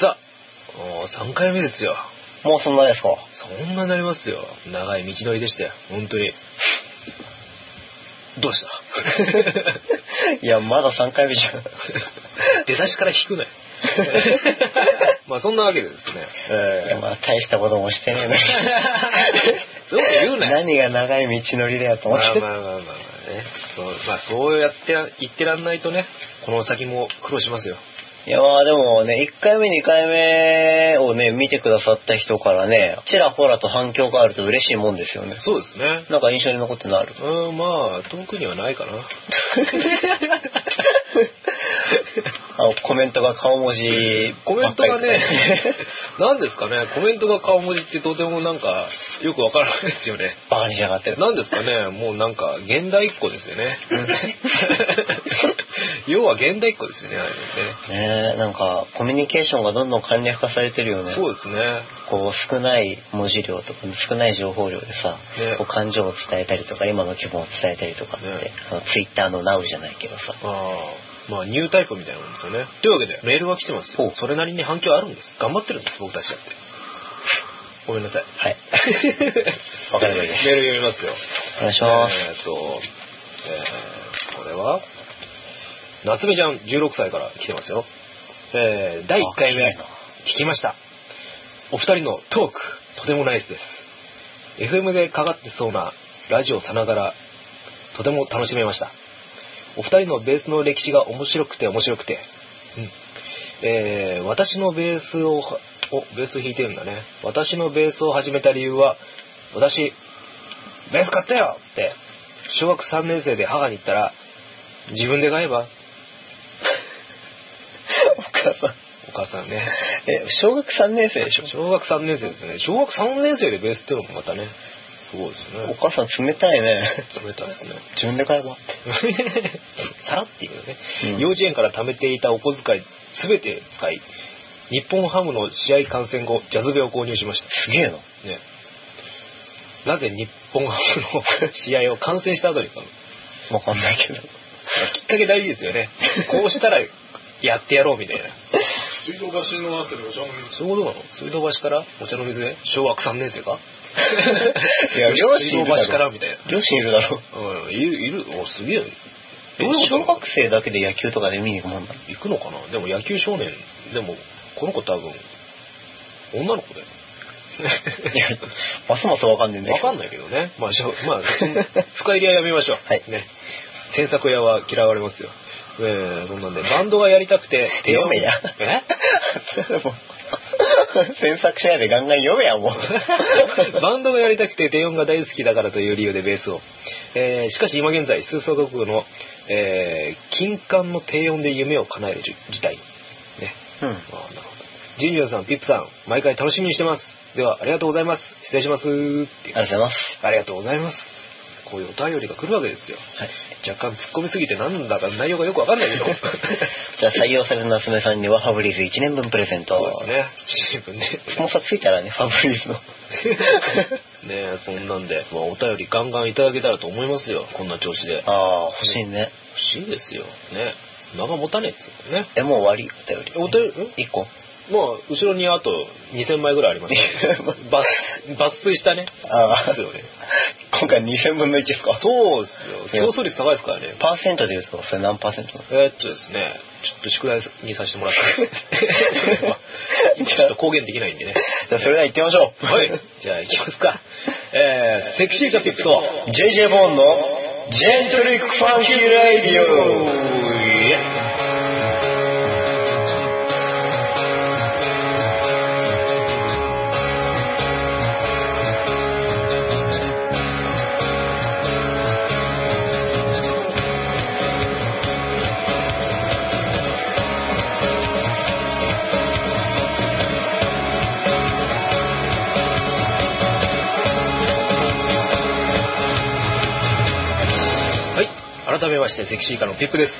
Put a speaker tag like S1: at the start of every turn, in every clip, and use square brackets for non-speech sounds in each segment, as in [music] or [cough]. S1: さあ、もう3回目ですよ。
S2: もうそんなですか。
S1: そんなになりますよ。長い道のりでしたよ。本当に。どうした [laughs]
S2: いや、まだ3回目じゃん。
S1: 出だしから引くなよ。 [laughs] まあそんなわけでですね。
S2: いや、まあ大したこともしてねえな。
S1: そういうこと言うなよ。
S2: 何が長い道のりだよと思
S1: ま
S2: っ
S1: あ
S2: て。
S1: まあまあまあまあね。そう、まあそうやってら、言ってらんないとね、この先も苦労しますよ。
S2: いや、まあでもね、1回目、2回目をね、見てくださった人からね、ちらほらと反響があると嬉しいもんですよね。
S1: そうですね。
S2: なんか印象に残ってなる。
S1: うん、まあ、遠くにはないかな。
S2: あのコメントが顔文字
S1: コメントが
S2: ばっ
S1: ね
S2: かりで、
S1: [laughs] 何ですかね、コメントが顔文字ってとてもなんか、よくわからないですよね。
S2: バカにしやがってる。
S1: 何ですかね、もうなんか、現代っ子ですよ
S2: [laughs]
S1: ね。要は現代っ子ですよね、あれね。
S2: ねえ、なんかコミュニケーションがどんどん簡略化されてるよね。
S1: そうですね。
S2: こう少ない文字量とか少ない情報量でさ、
S1: ね
S2: こう感情を伝えたりとか今の気分を伝えたりとかって、
S1: ね
S2: そのツイッターの Now じゃないけどさ
S1: ああ、まあニュータイプみたいなもんですよね。というわけで、メールが来てます
S2: ほ
S1: よ
S2: う。
S1: それなりに反響あるんです。頑張ってるんです、僕たちだって。ごめんなさい。 [laughs]
S2: はいわかりま
S1: メー
S2: した
S1: ル読みますよ。
S2: お願いします、
S1: えーっと、えーこれは、夏目ちゃん16歳から来てますよ。えー第1回目
S2: あいいな、
S1: 聞きました。お二人のトーク、とてもナイスです。FM でかかってそうなラジオさながら、とても楽しめました。お二人のベースの歴史が面白くて面白くて、うんえー私のベースをは、お、ベース弾いてるんだね。私のベースを始めた理由は、私、ベース買ったよって、小学3年生で母に言ったら、自分で買えば
S2: お母さん
S1: お母さんね。
S2: え小学3年生でしょ
S1: 小学3年生ですね。小学3年生でベースっていうのもまたね、すごいです
S2: お
S1: ね。
S2: 母さん冷たいね
S1: 冷たいですね。
S2: 自分で買えば
S1: [laughs] さらっていうね、
S2: うん
S1: 幼稚園から貯めていたお小遣いすべて使い、日本ハムの試合観戦後、ジャズベを購入しました。
S2: すげえな
S1: ね、なぜ日本ハムの試合を観戦した後に買うの
S2: わかんないけど
S1: きっかけ大事です [laughs] よね。こうしたらやってやろうみたいな。
S3: 水道橋のあたりお茶の水
S1: そういうことなの水道橋からお茶の水へ小学3年生か [laughs]
S2: いや両親い
S1: 水道
S2: るだろ
S1: 橋からみたいな。
S2: 両親いるだろ
S1: うん、いる、いる。お、すげえ。
S2: どう小学生だけで野球とかで見に行くもんだ
S1: 行くのかなでも野球少年、でも、この子多分、女の子だ [laughs] よ。
S2: いやますますわかんねえんだ
S1: わ
S2: けど
S1: かんないけどね。まあ、しょまあ、そん深入りはやめましょう。
S2: [laughs] はい
S1: ね。詮索屋は嫌われますよ。ええそんなんで、バンドがやりたくて。
S2: 手読めや
S1: え [laughs]
S2: もう [laughs] 詮索しないでガンガン読めや [laughs] もう
S1: バンドがやりたくて低音が大好きだからという理由でベースを。えーしかし今現在、数奏楽部の、えー金管の低音で夢を叶えるじ事態。ね。
S2: うん
S1: あーなるほど。ジュニオさん、ピップさん、毎回楽しみにしてます。では、ありがとうございます。失礼します。っていう
S2: ありがとうございます。
S1: ありがとうございます。こういうお便りが来るわけですよ。
S2: はい。
S1: 若干突っ込みすぎてなんだか内容がよくわかんない [laughs] けど。
S2: じゃあ採用される夏目さんにはファブリーズ1年分プレゼント。
S1: そうですね。自分 [laughs] で。
S2: もうさついたらね、ファブリーズの。
S1: ねえ、そんなんで、まあ、お便りガンガンいただけたらと思いますよ。こんな調子で。
S2: ああ、欲しいね。
S1: 欲しいですよ。ね。長持たねえっつうからね。
S2: え、もう終わりお便り。
S1: お便りん
S2: 一個
S1: まあ、後ろにあと2000枚ぐらいあり [laughs] ます、ね、抜抜粋したね。
S2: ああ
S1: ですよね。
S2: 今回2000分の1ですか
S1: そうですよ。競争率高いですからね。
S2: パーセントで言うと、それ何パーセントなの
S1: えーっとですね、ちょっと宿題にさせて [laughs] もらって。それは今ちょっと公言できないんでね。
S2: じゃあそれでは行ってみましょう。
S1: はい。じゃあ行きますか。えー、セクシーザピックと、
S2: JJ ボーンのジェントリックファンキーライディオ
S1: はい。改めまして、セクシーカのピックです。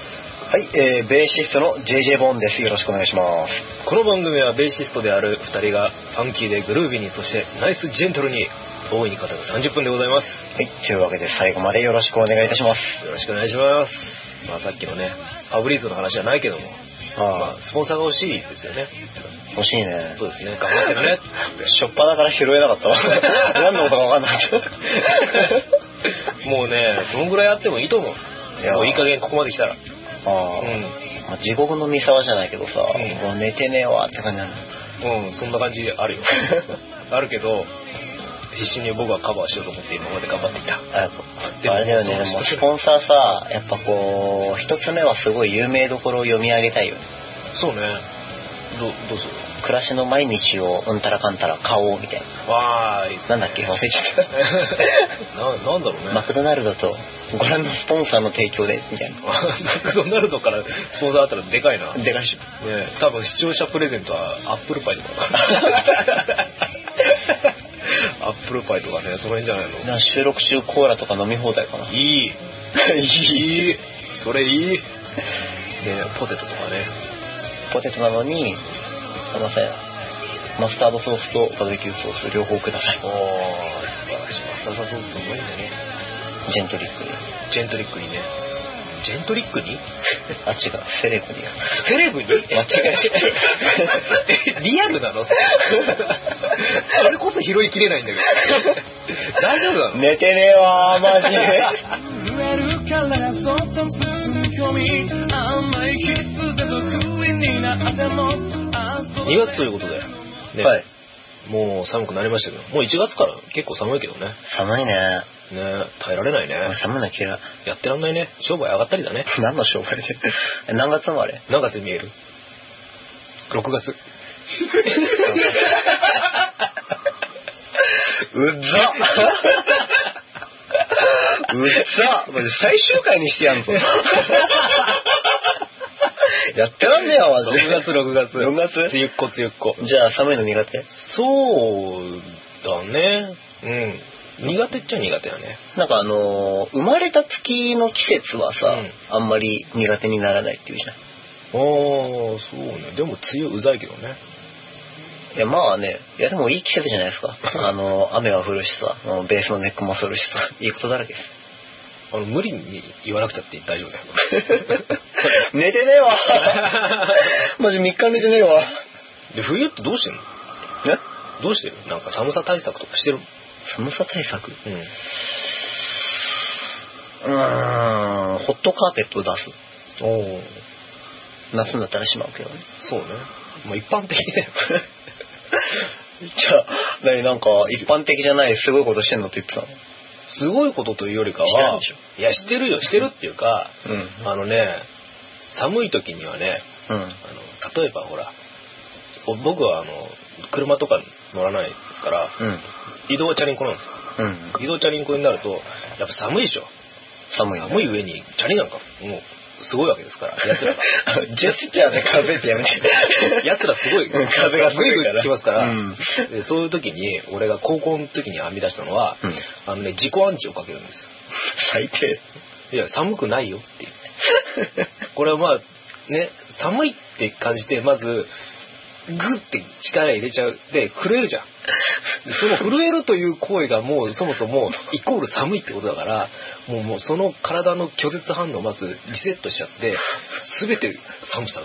S2: はい、えー、ベーシストの JJ ボーンです。よろしくお願いします。
S1: この番組はベーシストである2人がファンキーでグルービーにそしてナイスジェントルに多いに語る30分でございます
S2: はい、というわけで最後までよろしくお願いいたします。
S1: よろしくお願いしますまあさっきのねファブリーズの話じゃないけどもまあ、スポンサーが欲しいですよね。
S2: 欲しいね。
S1: そうですね。頑張って
S2: [laughs]
S1: るねって。
S2: しょっぱだから拾えなかった [laughs] わ。何のことか分かんなかっ
S1: もうね、そのぐらいあってもいいと思う。
S2: いや
S1: もういい加減ここまで来たら。
S2: た。あ
S1: う
S2: あ、
S1: ん。
S2: まあ地獄の三沢じゃないけどさ、
S1: ん
S2: うわ寝てねえわって感じ [laughs] なの。
S1: うん、そんな感じある [laughs] よ。あるけど、必死に僕はカバーしようと思って今まで頑張ってきた。
S2: ありがと
S1: で
S2: う。
S1: も
S2: あれだよね、
S1: そう
S2: でもスポンサーさ、やっぱこう、一つ目はすごい有名どころを読み上げたいよね。
S1: そうね。どう、どうする
S2: 暮らしの毎日をうんたらかんたら買おうみたいな。
S1: わーい。
S2: なんだっけ忘れちゃっ
S1: [laughs] ななんだろう
S2: た。
S1: ね。
S2: マクドナルドとご覧のスポンサーの提供で、みたいな。
S1: マクドナルドからスポンサーあったらでかいな。ね
S2: でかいっしょ。
S1: 多分視聴者プレゼントはアップルパイ
S2: [laughs]
S1: とか。アップルパイとかね、その辺じゃないの。
S2: な収録中コーラとか飲み放題かな。 [laughs] い
S1: いい。
S2: い。
S1: いい。それいい。ねポテトとかね。
S2: ポテトなのに、すいません。マスタードソースとバーベキューソース両方ください
S1: お。ー、素晴らしい。マスターソースうまいんだね。
S2: ジェントリックに。
S1: ジェントリックにね。ジェントリックに
S2: あ、違う。セレブに。
S1: セレブ
S2: [laughs]
S1: に間違えたリアルなのそれそれこそ拾いきれないんだけど大丈夫なの、
S2: 寝てねえわー、マジで。
S4: 震えるからそっと包み込み甘いキスで得意になっても
S1: 2月ということで、ね
S2: はい。
S1: もう寒くなりましたけどもう1月から結構寒いけどね
S2: 寒いね。
S1: ね耐えられないね
S2: 俺寒いの嫌い。
S1: やってらんないね商売上がったりだね
S2: 何の商売でえ何月生まれ
S1: 何月に見える6月
S2: うっざうっざマジ最終回にしてやん [laughs] ぞ。やってらんねえわ、マジで。
S1: 6月
S2: 6月
S1: 梅雨っ子梅雨っ子
S2: じゃあ寒いの苦手
S1: そうだねうん苦手っちゃ苦手だね
S2: なんかあのー生まれた月の季節はさ、
S1: うん
S2: あんまり苦手にならないっていうじゃん。
S1: ああそうねでも梅雨うざいけどね
S2: いや、まあね、いやでもいい季節じゃないですか。あのー雨は降るしさ、あのベースのネックもするしさ、いいことだらけです。
S1: あの無理に言わなくちゃって大丈夫だよ
S2: [laughs] 寝てねえわマジ3日寝てねえわ。
S1: で冬ってどうしてんの
S2: ね
S1: どうしてるなんか寒さ対策とかしてる
S2: 寒さ対策う
S1: うん
S2: ーん、ホットカーペットを出す。
S1: おお
S2: 夏になったらしまうけどね。
S1: そうねまあ一般的だよ
S2: [laughs] じゃあ、何なんか一般的じゃないすごいことしてんのって言ってたの
S1: すごいことというよりか
S2: してない
S1: は
S2: でしょ
S1: いやしてるよしてるっていうか
S2: うん
S1: あのね寒い時にはね
S2: うん。
S1: あの例えばほらお僕はあの車とか乗らないですから
S2: うん。
S1: 移動はチャリンコなんですよ
S2: うん。
S1: 移動チャリンコになるとやっぱ寒いでしょ
S2: 寒いね。
S1: 寒い上にチャリなんかもうすごいわけですからやつ
S2: [laughs]
S1: らが
S2: ジェスチャーで風ってやめて。
S1: やつらすごい
S2: うん風がすごいから
S1: ぐぐ来ますから、
S2: うん
S1: でそういう時に俺が高校の時に編み出したのは、
S2: うん
S1: あのね自己暗示をかけるんです
S2: 最低。
S1: よいや寒くないよっていうこれはまあね寒いって感じてまずグッて力入れちゃうで震えるじゃんでその震えるという行為がもうそもそもイコール寒いってことだからもうもうその体の拒絶反応をまずリセットしちゃって全て寒さを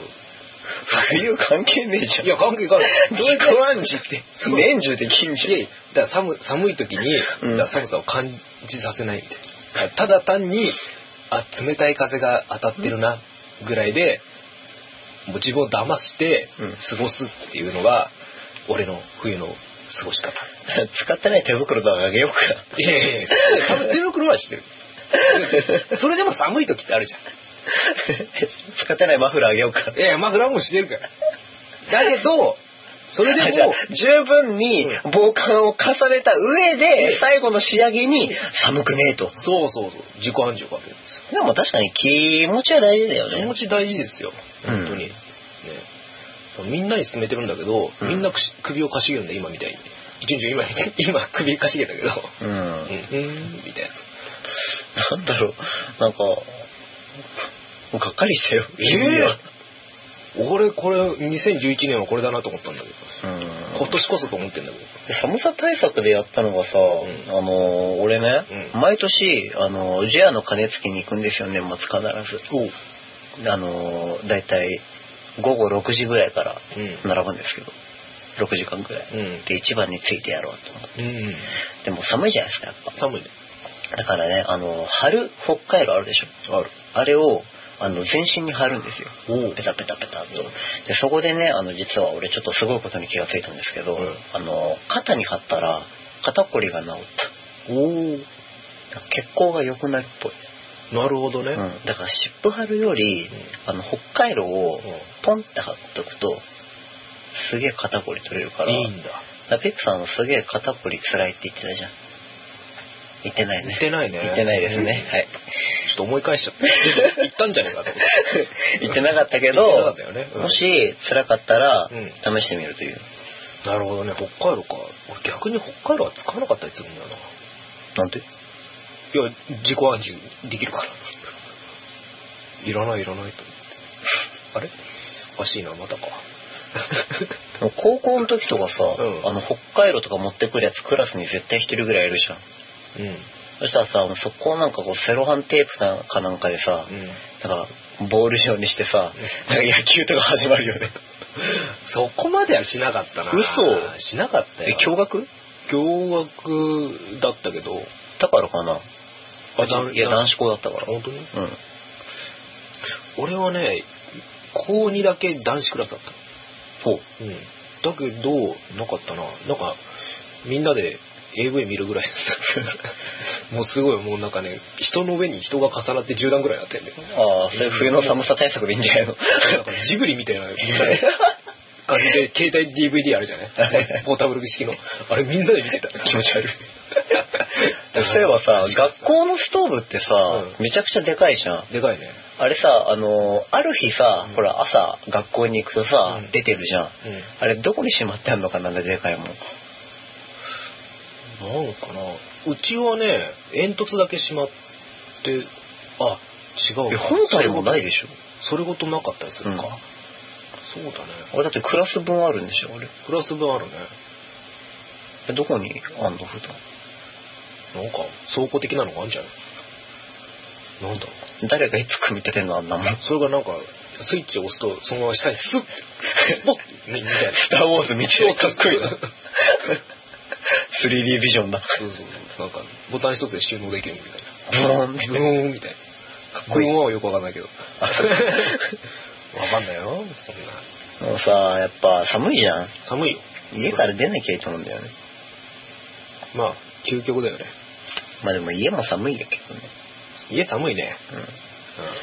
S2: 冬関係ねえじゃん。
S1: いや関係がある
S2: 自己暗示って
S1: そう
S2: 年中で近所
S1: いやいやだから寒寒い時に
S2: うん
S1: だから寒さを感じさせないみたいなただ単にあ冷たい風が当たってるなぐらいでもう自分を騙して
S2: うん
S1: 過ごすっていうのが俺の冬の過ごし方
S2: 使ってない手袋とかあげようか [laughs]
S1: いやいやいや多分手袋はしてるそれでも寒い時ってあるじゃ
S2: 使ってないマフラーあげようか
S1: んいやいやマフラーもしてるからだけどそれ
S2: じ
S1: で
S2: ゃあ
S1: も
S2: 十分に防寒を重ねた上で最後の仕上げに寒くねえと
S1: そうそうそう自己暗示をかけるんです
S2: でも確かに気持ちは大事だよ
S1: 気持
S2: ね
S1: ち大事ですよ
S2: うん
S1: 本当に、ねみんなに勧めてるんだけど、
S2: うん
S1: みんなくし首をかしげるんだよ今みたいに一日今 [laughs] 今首かしげたけど
S2: うん
S1: うんうんみたいな
S2: なんだろうなんかもうがっかりしたよ
S1: え俺これ2011年はこれだなと思ったんだけど
S2: うん
S1: 今年こそと思ってんだけど
S2: 寒さ対策でやったのがさ、
S1: ん
S2: あの俺ね、
S1: うん
S2: 毎年あのジェアの鐘つきに行くんですよ年末必ず
S1: おう
S2: あの大体午後6時ぐらいから
S1: うん
S2: 並ぶんですけど、6時間ぐらい。
S1: うん
S2: で、一番についてやろうと思って。
S1: うんうん
S2: でも寒いじゃないですか、やっぱ。
S1: 寒いね
S2: だからね、あの、貼る北海道あるでしょ。ある。あれを、あの、全身に貼るんですよ。
S1: おう
S2: ペタペタペタっと。で、そこでね、あの、実は俺ちょっとすごいことに気がついたんですけど、
S1: うん
S2: あの、肩に貼ったら、肩こりが治った。
S1: おお
S2: 血行が良くなるっぽい。
S1: なるほどね、
S2: うん。だから、湿布貼るより、あの、北海道を
S1: うん
S2: ポンって貼っとくと、すげえ肩こり取れるから、
S1: いいんだ
S2: ラペックさんはすげえ肩こり辛いって言ってたじゃん。言ってないね。
S1: 言ってないね
S2: 言ってないです
S1: [laughs]
S2: ね。はい。
S1: ちょっと思い返しちゃ
S2: [laughs]
S1: った行ったんじゃねえかと思って
S2: 言ってなかったけど、
S1: 言ってなかったよねうん
S2: もし辛かったら、
S1: うん
S2: 試してみるという。
S1: なるほどね北海道か俺逆に北海道は使わなかったりするんだよない
S2: なんて
S1: や自己暗示できるからいらないいらないと思ってあれおかしいな [laughs] またか
S2: 高校の時とかさ、
S1: うん
S2: あの北海道とか持ってくるやつクラスに絶対一人ぐらいいるじゃん。
S1: うんうん
S2: そしたらさ、もう速攻なんかこうセロハンテープなんかなんかでさ、なんかボール状にしてさ、なんか野球とか始まるよね。
S1: そこまではしなかったな
S2: 嘘
S1: しなかったよ
S2: え、驚愕
S1: 驚愕だったけど
S2: だからかな。
S1: あだ
S2: いや、男子校だったから。
S1: 本当に
S2: うん。
S1: 俺はね高2だけ男子クラスだった
S2: ほう。
S1: うん、だけどなかったななんかみんなで AV 見るぐらいだったもうすごいもうなんかね人の上に人が重なって10段ぐらいあってんだよ
S2: ああ、それ冬の寒さ対策でいいんじゃないの
S1: なんかジブリみたいな感じで携帯 DVD あるじゃないポータブル式のあれみんなで見てた気持ち悪い
S2: そういえばさ、学校のストーブってさ、
S1: う
S2: めちゃくちゃでかいじゃん。
S1: でかいね
S2: あれさ、あのーある日さ、
S1: うん
S2: ほら、朝、学校に行くとさ、
S1: うん
S2: 出てるじゃん。
S1: うん
S2: あれ、どこにしまってあんのかな、あんなでかいもん。
S1: なんかなうちはね煙突だけ閉まってあ違
S2: え
S1: うか
S2: 本体もないでし
S1: それごとなかったりするか、
S2: うん
S1: そうだね
S2: ょ。あれ、だってクラス分あるんでしょ、あれ。
S1: クラス分あるね
S2: えどこにあんの、普段。
S1: なんか倉庫的なのがあるんじゃないなんだろ
S2: 誰がいつ組み立てんの、あんなもん。
S1: [laughs] うそれがなんかスイッチを押すとそのまま下にスッスポッてねみたいな
S2: スター・ウォーズ見てるかっこいいな。3D ビジョンだ。
S1: そうそうそうなんかボタン一つで収納できるみたい
S2: ブーン
S1: なブーンみたいなかっこいいブーンはよく [laughs] わかんないけどわかんないよそんな
S2: もうさ、やっぱ寒いじゃん。
S1: 寒いよ
S2: 家から出なきゃいいと思うんだよね。
S1: まあ究極だよね
S2: まあでも家も寒いだけどね。
S1: 家寒いね
S2: うん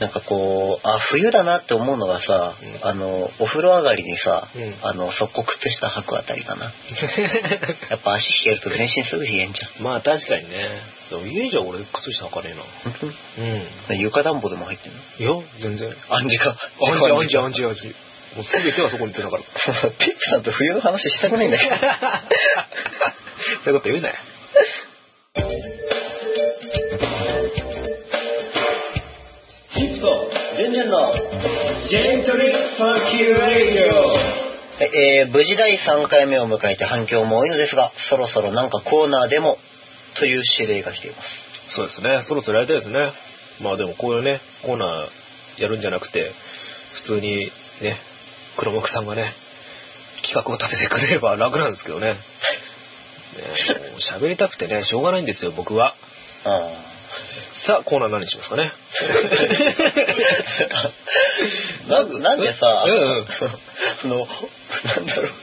S2: なんかこう、あ、冬だなって思うのがさ、
S1: うん
S2: あの、お風呂上がりにさ、
S1: うん
S2: あの、速攻靴下履くあたりかな。やっぱ足冷えると全身すぐ冷えんじゃん
S1: うんまあ確かにねでも家じゃ俺靴下履かね
S2: 本当に。
S1: えなうん
S2: 床暖房でも入ってんの
S1: いや全然
S2: 暗示か。
S1: アンジアンジアンジア
S2: ジ。
S1: ンジもう全てはそこに繋が [laughs] る
S2: [laughs] ピップさんと冬の話したくないんだけど。
S1: そういうこと言うなよ
S2: ピップとジェンジェンのジェントリックファンキーラディオえー、無事第3回目を迎えて反響も多いのですが、そろそろなんかコーナーでもという指令が来ています。
S1: そうですねそろそろやりたいですねまあでもこういうねコーナーやるんじゃなくて普通にね黒幕さんがね企画を立ててくれれば楽なんですけどねねもう喋りたくてねしょうがないんですよ僕は
S2: ああ。
S1: さあコーナー何にしますかね
S2: [laughs] なんなんでさ、
S1: うんうん
S2: その、なんだろう、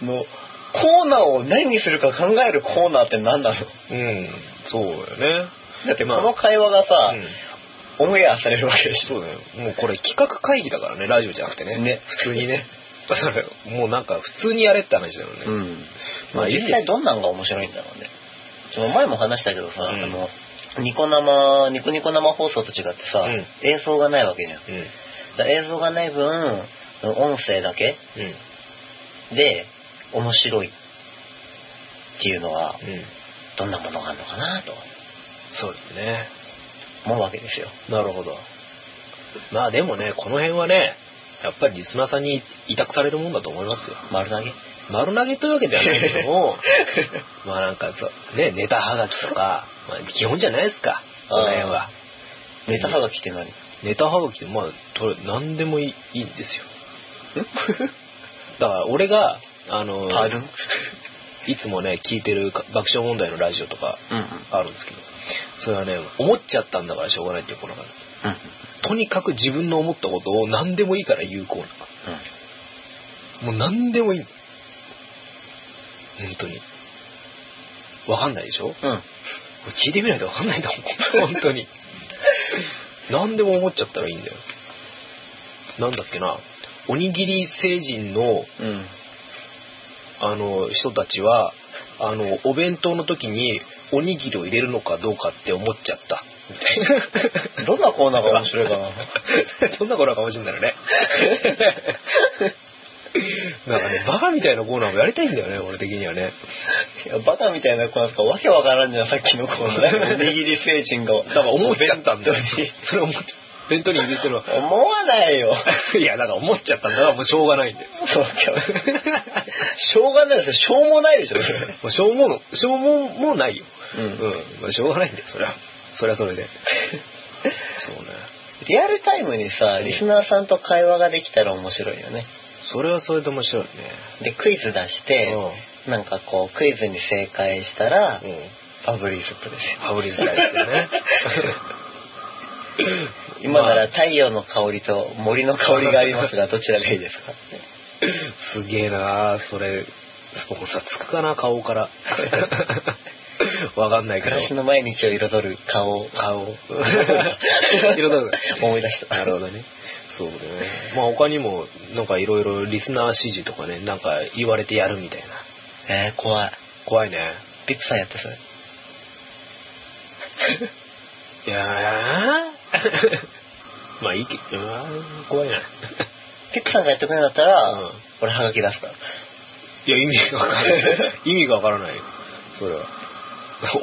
S2: その、コーナーを何にするか考えるコーナーって何なの
S1: うんそうだよね
S2: だってこ
S1: まあ
S2: の会話がさ、
S1: うん
S2: オンエアされるわけでし
S1: そうだよ。もうこれ企画会議だからね、ラジオじゃなくてね。
S2: ね
S1: 普通にね。 [laughs] だから、もうなんか普通にやれって話だよね。
S2: ょ。ん。
S1: ま
S2: ま
S1: あ
S2: あ、
S1: いいです
S2: 実際どんなんが面白いんだろうね。その前も話したけどさ、
S1: うん
S2: あの、ニコ生、ニコニコ生放送と違ってさ、
S1: うん
S2: 映像がないわけじゃん。だ
S1: うん。
S2: から映像がない分、音声だけ
S1: うん。
S2: で面白いっていうのは
S1: うん。
S2: どんなものがあるのかなと
S1: そうですね。
S2: 思うわけですよ。
S1: なるほど。まあでもね、この辺はね、やっぱりリスナーさんに委託されるもんだと思いますよ。
S2: 丸投げ
S1: 丸投げというわけではないけど
S2: [laughs]
S1: も、まあなんかそう、ね、ネタはがきとか、まあ基本じゃないですか、この辺は。
S2: ネタはがきって何
S1: ネタはがきってまあと何でもいいいいんですよ [laughs] だから俺があの
S2: パールン
S1: いつもね聞いてるか爆笑問題のラジオとか
S2: うんうん
S1: あるんですけどそれはね思っちゃったんだからしょうがないっていうコーナーがある
S2: うん
S1: とにかく自分の思ったことを何でもいいから言うコーナーもう何でもいい本当にわかんないでしょ
S2: うんうん
S1: これ聞いてみないと分かんないと思う本当に何でも思っちゃったらいいんだよなんだっけなおにぎり星人の
S2: うん
S1: あの人たちはあのお弁当の時におにぎりを入れるのかどうかって思っちゃったみたいな
S2: どんなコーナーが面白いかな
S1: そんなコーナーかもしれないのねなんかねバカみたいなコーナーもやりたいんだよね俺的にはね
S2: いやバカみたいなコーナーとかわけわからんじゃんさっきのコーナー [laughs] おにぎり星人が
S1: だから思っちゃったんだよ
S2: お弁
S1: それ思っちゃ弁当に入れてるのは
S2: 当に思わないよ
S1: いや、だから思っちゃったんだからもうしょうがないんだよ。
S2: そうかしょうがないですよしょうもないでしょそれ
S1: [laughs] もうしょうもの、しょうももないよ。
S2: うん
S1: ん。まあしょうがないんだよ、そりゃ。そりゃそれで。 [laughs] そうね。
S2: リアルタイムにさリスナーさんと会話ができたら面白いよね
S1: それはそれで面白いね。
S2: でクイズ出して、なんかこうクイズに正解したら、
S1: うん。うん。
S2: パブリーズップですよ
S1: ハブリズ大好きだ [laughs] ね。
S2: 今なら太陽の香りと森の香りがありますがどちらがいいですか
S1: すげえなあそれ、スポンサーつくかな、顔 [laughs] から。わかんないけ
S2: 暮
S1: ど。
S2: らしの毎日を彩る顔
S1: [laughs] 顔。彩る。
S2: 思い
S1: [laughs]
S2: 出した
S1: なるほどね。そうね。まあ他にも、なんかいろいろリスナー指示とかね、なんか言われてやるみたいな。
S2: えー、怖い
S1: 怖いね。
S2: ビップさんやってそれ
S1: いやー [laughs] まあいいけど、うわー怖いな。
S2: ピップさんがやってくれなかったら、
S1: うん
S2: 俺ハガキ出すから
S1: いや、意味がわから [laughs] ない。意味がわからないよ。それは。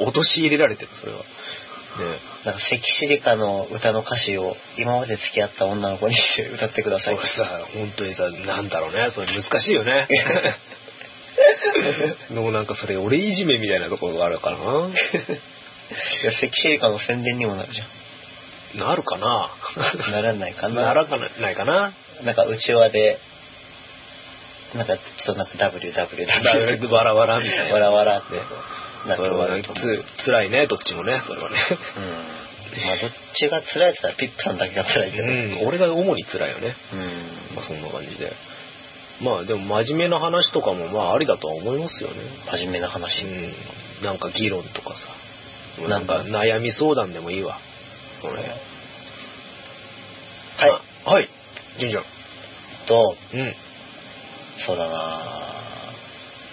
S1: [laughs] 落とし入れられてる、それは。ね
S2: なんか関シリカの歌の歌詞を今まで付き合った女の子にして歌ってくださ
S1: そ
S2: い
S1: れさ、本当にさ、なんだろうね。それ難しいよね。 [laughs] でもなんかそれ、俺いじめみたいなところがあるから [laughs] な。
S2: いや関シリカの宣伝にもなるじゃ
S1: なるかな
S2: んならないかな
S1: ならかなないかな
S2: なんかうちわでなんかちょっとなんか WWW
S1: バラバラみたい
S2: わ
S1: な。
S2: らわらってなっ
S1: それ
S2: て終わ
S1: は
S2: る
S1: ね
S2: と思う
S1: つ、辛いね、どっちもね、それはね。
S2: うんまあどっちが辛いって言ったらピッツさんだけが辛いけど
S1: うん、俺が主に辛いよね。
S2: うん
S1: まあそんな感じで。まあでも真面目な話とかもまあありだとは思いますよね。
S2: 真面目な話
S1: うん。なんか議論とかさ。な
S2: なんん
S1: か
S2: か
S1: 悩み相談でもいいわ。それ。
S2: は
S1: はいい。はい。純ちゃん。
S2: と
S1: うん。
S2: そうだな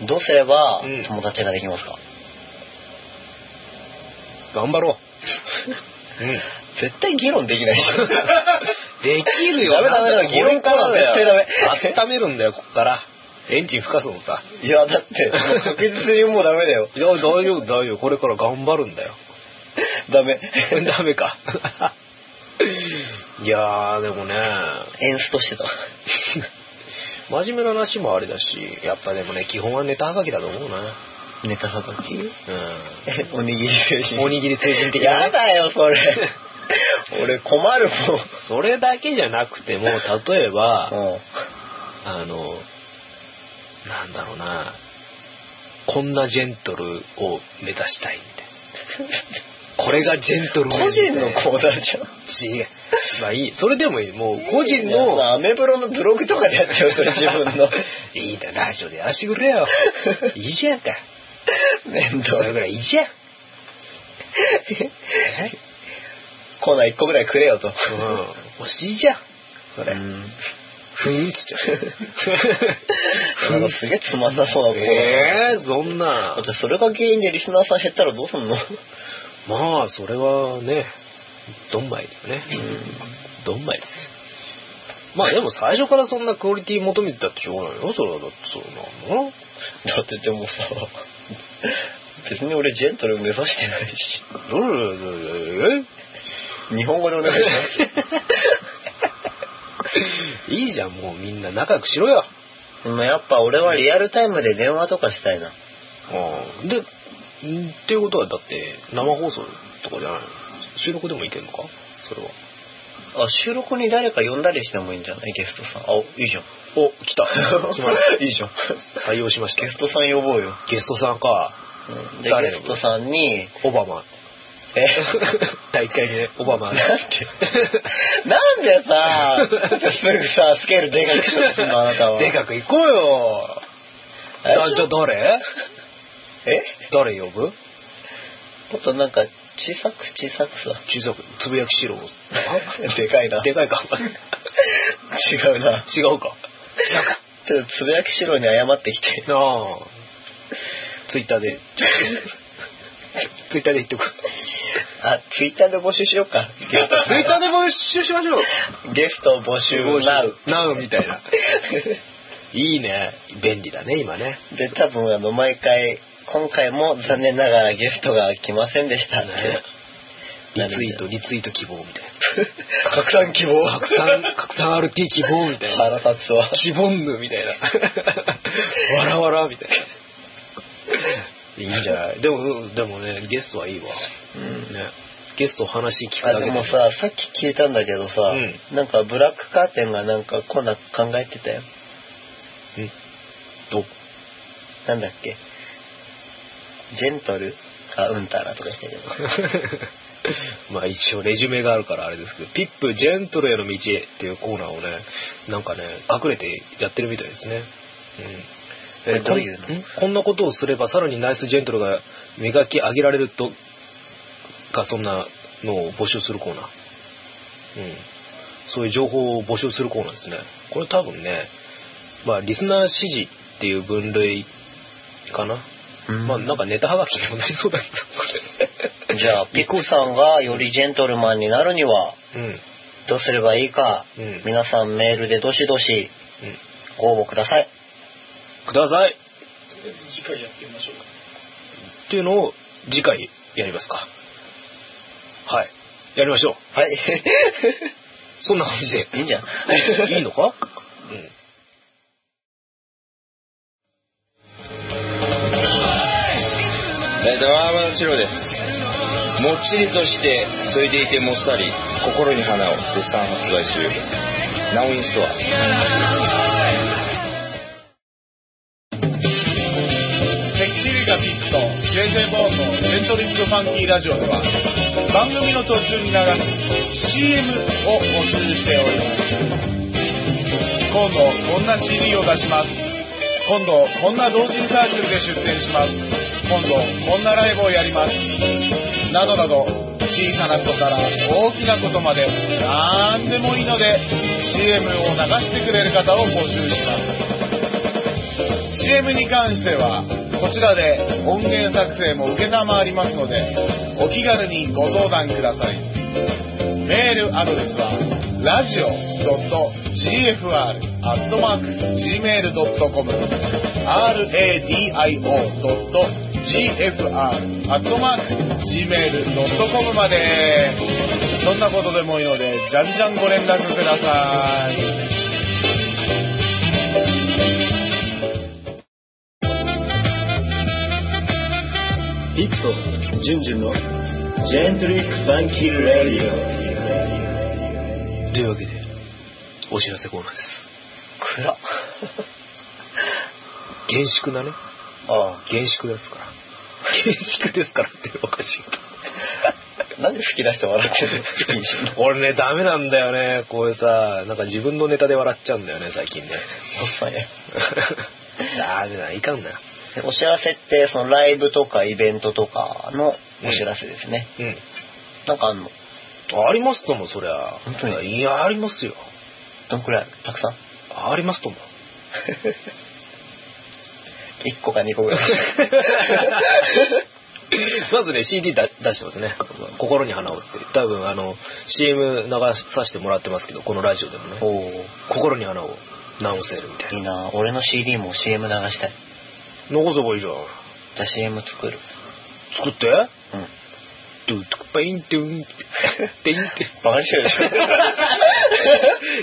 S2: どうすれば
S1: うん
S2: 友達ができますか
S1: 頑張 [laughs] ろう。うん。
S2: 絶対議論できないじゃん [laughs]
S1: できるよ。
S2: ダメダメダメ議論からは絶対ダメ
S1: メ。 [laughs] 温めるんだよ、こっから。エンジン吹かすのさ。
S2: いやだってもう確実にもうダメだよ
S1: いや、大丈夫、大丈夫。これから頑張るんだよ。 [laughs]
S2: ダメ
S1: ダメか。 [laughs] いやー、でもね、
S2: エンストしてた
S1: 真面目な話もあれだし、やっぱでもね、基本はネタはがきだと思うな。
S2: ネタはがき [laughs]
S1: う
S2: えおにぎり精
S1: ん。おにぎり成人
S2: 神
S1: 的なね、
S2: やだよそれ俺困る
S1: それだけじゃなくて
S2: [laughs]
S1: も、例え
S2: も
S1: ば、
S2: んうん
S1: あの、なんだろうな、こんなジェントルを目指した
S2: [laughs]
S1: いみたいな。これがジェントル
S2: 個人のコーナーじゃん
S1: 違う。まあいい。それでもいい。もう個人
S2: いや
S1: の、
S2: アメブロのブログとかでやって
S1: [laughs]
S2: よそ [laughs] れ自分の
S1: いいんだ、ラジオでやらしてくれ [laughs] よ。いいじゃんか。
S2: 面倒
S1: それぐらいいいじゃん。
S2: コーナー1個ぐらいくれよと、
S1: うん。欲しいじゃん。それ。ふーんっつっち [laughs] ゃう。
S2: なんかすげえつまんなそうなコーナー、
S1: ええー、そん
S2: だ
S1: な
S2: っ。てそれが原因でリスナーさん減ったらどうすんの
S1: まあ、それはね、どんまいだよね。どんまいです。まあでも最初からそんなクオリティ求めてたってしょうがないよ。それはだってそうなの [laughs]
S2: だってでもさ別に俺ジェントル目指してないし
S1: どれどれどれ
S2: 日本語でお願いし
S1: いいじゃん、もうみんな仲良くしろよ。
S2: [laughs] ますまあやっぱ俺はリアルタイムで電話とかしたいな
S1: うんで、んっていうことはだって生放送とかじゃないの収録でもいけるのかそれは。
S2: あ収録に誰か呼んだりしてもいいんじゃないゲストさんあいい [laughs] じゃん
S1: お、来た。
S2: [laughs]
S1: 来まし
S2: いいじゃん
S1: た採用しました
S2: ゲ。ストさん呼ぼうよ、
S1: ゲストさんか。
S2: で
S1: 誰
S2: ゲストさんに
S1: オバ
S2: [laughs]
S1: マ。
S2: え
S1: 大会でオバマ。
S2: なんでなんでさすぐさスケールでかくしようとすんのあなたは
S1: でかく行こうよ。
S2: え
S1: あじゃあ誰
S2: え
S1: 誰呼ぶ
S2: もっとなんか小さく小さくさ
S1: 小さく、つぶやきしろ。
S2: [laughs] でかいな
S1: でかいか。 [laughs]
S2: 違うな
S1: 違うか。
S2: ちょっとつぶやきしろに謝ってきて
S1: なあ。ツイッターで。ツイッターで言ってこ
S2: あツイッターで募集しようかゲス
S1: ツイッターで募集しましょう。
S2: トゲスト募集なう
S1: なうみたいな。いいね。便利だね、今ね。
S2: で多分あの毎回今回も残念ながらゲストが来ませんでしたって
S1: ねリツイート、リツイート希望みたい
S2: 拡散希望
S1: な。拡散、拡散 RT 希望みたいな。
S2: 腹立つわ
S1: 希望ぬみたいな。わらわらみたいな。いいんじゃないでも、うんでもね、ゲストはいいわ。
S2: うん
S1: ね。ゲスト話聞く
S2: あ
S1: だ
S2: で
S1: け
S2: もささっき聞いたんだけどさ、
S1: うん
S2: なんかブラックカーテンがなんかこんな考えてたよ
S1: うん。ど
S2: なんだっけジェントルかうんたらとか言ってるけど
S1: [laughs] まあ一応レジュメがあるからあれですけど、ピップジェントルへの道っていうコーナーをね、なんかね、隠れてやってるみたいですね。うん。
S2: これどういうの
S1: こんんこんなことをすればさらにナイスジェントルが磨き上げられるとか、そんなのを募集するコーナー。うん。そういう情報を募集するコーナーですね。これ多分ね、まあリスナー指示っていう分類かな。
S2: うん
S1: まあなんかネタはがきにもなりそうだけど、これ
S2: じゃあピッコさんがよりジェントルマンになるには
S1: うん。
S2: どうすればいいか、
S1: うん
S2: 皆さんメールでどしどし
S1: うん
S2: ご応募ください
S1: ください
S3: 次回やってみましょうか。
S1: っていうのを次回やりますか。はい。やりましょう。
S2: はい
S1: そんな感じで。
S2: いいんじゃん
S1: いいのかうん。
S5: えー、ドラマのチロですもっちりとしてそれでいてもっさり心に花を絶賛発売中ナウインストア
S3: セクシーリカピックとジェイゼンボーンのジェントリックファンキーラジオでは番組の途中に流す CM を募集しております今度こんな CD を出します今度こんな同人サークルで出展します今度こんなライブをやりますなどなど小さなことから大きなことまで何でもいいので CM を流してくれる方を募集します CM に関してはこちらで音源作成も承りますのでお気軽にご相談くださいメールアドレスはラジオ .gfr.gmail.com radio.gfr.gmail.com までどんなことでもいいのでじゃんじゃんご連絡ください
S2: ピクとジュンジュンのジェントリックファンキーラディ
S1: [laughs]
S2: オ
S1: というわけで、お知らせコーナーです。
S2: 暗っ
S1: 厳粛なね。
S2: [laughs] あ
S1: 厳粛ですから。厳粛ですからっておかしいけど。
S2: あなんで吹き出して笑ってるの [laughs] 吹きにしんの
S1: 俺ね、ダメなんだよね。こういうさ、なんか自分のネタで笑っちゃうんだよね、最 [laughs] 近ね。
S2: おっさんや
S1: ダメだ、いかんな。
S2: お知らせってそのライブとかイベントとかのお知らせですね、
S1: うん。
S2: なんかあんの
S1: ありますとも、そりゃ。
S2: 本当に
S1: いや、ありますよ。
S2: どんくらいたくさん
S1: あります [laughs] とも。
S2: 1個か2個ぐら [laughs] い
S1: まずね CD だ出してますね「心に花を」って多分あの CM 流させてもらってますけどこのラジオでもね
S2: おお
S1: 「心に花を直せる」みたいな
S2: い
S1: い
S2: な俺の CD も CM 流したい
S1: 残せばいいじゃん
S2: じゃあ CM 作る
S1: 作って
S2: うん
S1: 「ドゥトゥクパイントゥン」って言って
S2: バカにしてるでし
S1: [laughs]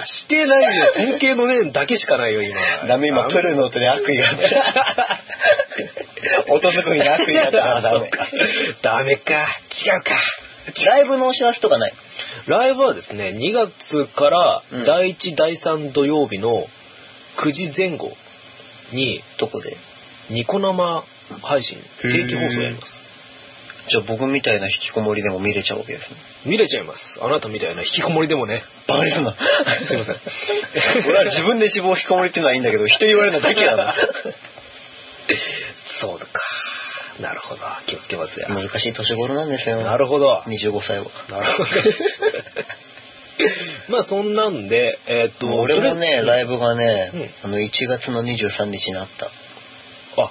S1: してないよ [laughs] 典型のねだけしかないよ今
S2: ょ [laughs] ダメ今プルの音で悪意があった [laughs] 音作りに悪意があったからダメ
S1: ダメか違うか
S2: ライブのお知らせとかない
S1: ライブはですね、2月から
S2: うん
S1: 第1、第3土曜日の9時前後に
S2: どこで
S1: ニコ生配信、定期放送やります。
S2: じゃあ僕みたいな引きこもりでも見れちゃうわけですね。
S1: 見れちゃいます。あなたみたいな引きこもりでもね。
S2: バカにすん
S1: [laughs]
S2: な。
S1: すいません。
S2: 俺は自分で死亡引きこもりっていうのはいいんだけど、人に言われるのだけだな。
S1: そうか。なるほど。気をつけますよ。
S2: 難しい年頃なんですよ。
S1: なるほど。
S2: 25歳は。
S1: なるほ [laughs] ど。まあそんなんで、えーっと、
S2: 俺もね、ライブがね、
S1: うん
S2: あの1月の23日にあった。
S1: あ、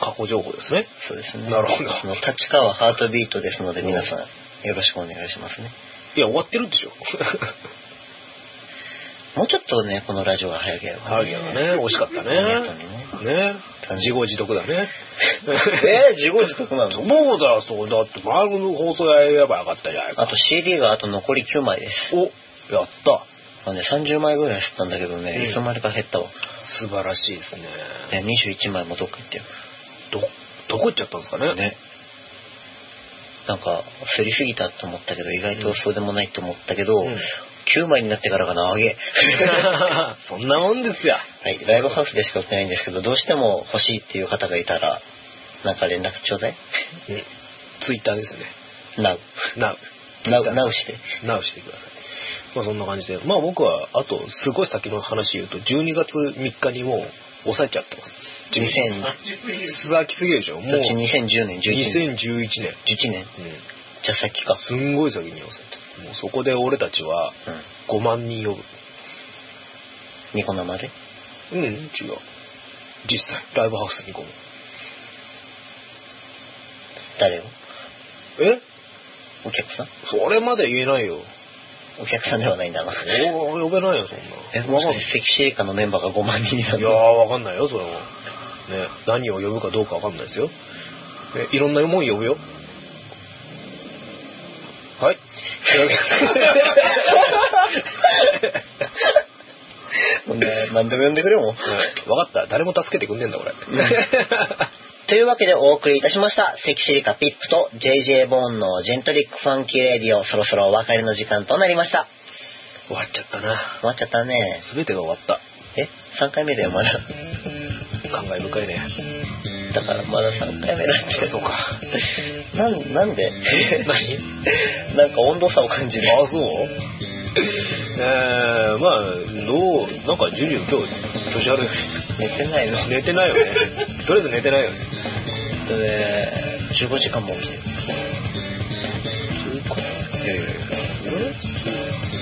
S1: 過去情報ですね。
S2: そうですね。
S1: なるほど
S2: あの立川ハートビートですので、皆さんよろしくお願いしますね。
S1: いや、終わってるんでしょ。
S2: もうちょっとね、このラジオが早ければ、
S1: ハーゲンはね、惜しかった
S2: 本当にね
S1: ね。ね。自業自得だね。
S2: えー、自業自得
S1: [laughs]
S2: な
S1: そう
S2: の
S1: だよ、そうだって、前の放送やればよかったじゃない
S2: あ
S1: か。
S2: と CD があと残り9枚です。
S1: お、やった。
S2: あのね、30枚ぐらい吸ったんだけどね、
S1: うん
S2: いつの間にか減ったわ。
S1: 素晴らしいですね。
S2: ね21枚もどっか行ってよ。
S1: ど、どこ行っちゃったんですかね。
S2: ね。なんか、すりすぎたと思ったけど、意外とそうでもないと思ったけど、
S1: うん
S2: 9枚になってからがな、あげ。
S1: [laughs] そんなもんですよ。
S2: はい、ライブハウスでしか売ってないんですけど、どうしても欲しいっていう方がいたら、なんか連絡ちょうだい。
S1: ツイッターですね。
S2: なう。
S1: なう。
S2: なう、なうして。
S1: 直してください。まあそんな感じで、まあ僕はあとすごい先の話言うと12月3日にもう抑えちゃってます。
S2: 2000
S1: 先すぎるでしょ。もう
S2: そっち2010年、11
S1: 2011
S2: 年。
S1: 年。
S2: 11年。
S1: うん。
S2: じゃあさっきか。
S1: すんごい先に抑えて。もうそこで俺たちは
S2: うん。
S1: 5万人呼ぶ。
S2: ニコ生で。
S1: うん、違う。実際、ライブハウスに5万。
S2: 誰を
S1: え
S2: お客さん
S1: それまで言えないよ。
S2: お客さんではないんだな。
S1: お呼べないよ、そん
S2: え、
S1: な。
S2: も
S1: わ
S2: し
S1: かん
S2: か
S1: ない。
S2: してセキシエリカのメンバーが5万人になる
S1: いやー、わかんないよ、それは。ね、何を呼ぶかどうかわかんないですよ。ねいろんなもん呼ぶよ。
S2: [laughs]
S1: はい。というわけで
S2: もうね、何でも呼んでくれもん。
S1: ねわかった。誰も助けてくんねえんだ、これ。 [laughs]
S2: というわけでお送りいたしました、セキシリカピップと JJ ボーンのジェントリックファンキーレディオ、そろそろお別れの時間となりました。
S1: 終わっちゃったな。
S2: 終わっちゃったね。
S1: すべてが終わった。
S2: え、3回目だよ、まだ。
S1: 感慨深いね。
S2: だからまだ3回目なんて。
S1: そうか。
S2: [laughs] なん、なん [laughs] で
S1: 何
S2: なんか温度差を感じる。
S1: あ、そうえー、まあ、どう、なんか、ジュリュー今日、調子悪い。
S2: 寝てないの。
S1: 寝てないよね。とりあえず寝てないよね。
S2: えっとね、15時間も起きてる。
S1: いやいやいや。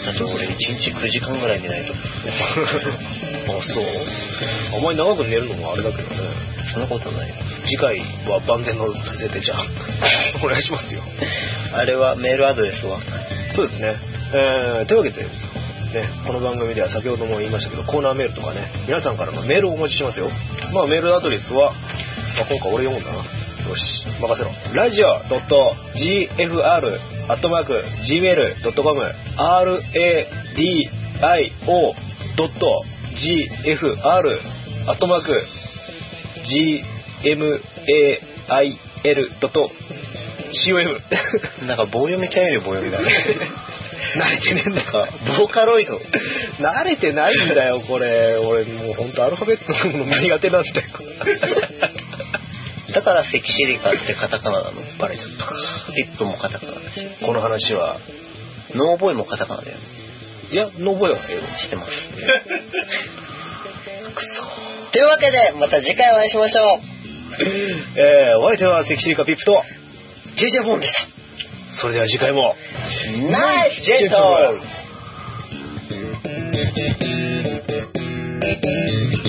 S2: だって俺1日9時間ぐらい寝ないと。
S1: あそうあまり長く寝るのもあれだけどね
S2: そんなことないよ。
S1: 次回は万全の設定じゃんお願いしますよ
S2: あれはメールアドレスは
S1: そうですね、えーというわけでですね、この番組では先ほども言いましたけどコーナーメールとかね皆さんからのメールをお持ちしますよ、まあ、メールアドレスは、まあ、今回俺読むんだなよし任せろラジオ .gfr.gmail.com radio.gfr.gmail.com
S2: なんか棒読みちゃうよ、棒 [laughs] 読みが。
S1: [laughs] 慣れてねえんだ
S2: なんか、ボーカロイド。
S1: 慣れてないんだよこれ俺もう本当アルファベットのもの苦手なんだよ
S2: だからセキシリカってカタカナなの。
S1: バレちゃったか
S2: リップもカタカナだし。
S1: この話は
S2: ノーボイもカタカナだよ。
S1: いやノボイは英語
S2: 知ってます。くそ。というわけで、また次回お会いしましょう。
S1: [laughs] えー、お相手はセキシリカピップと
S2: JJ ボーンでした。
S1: それでは次回も
S2: ナイスジェント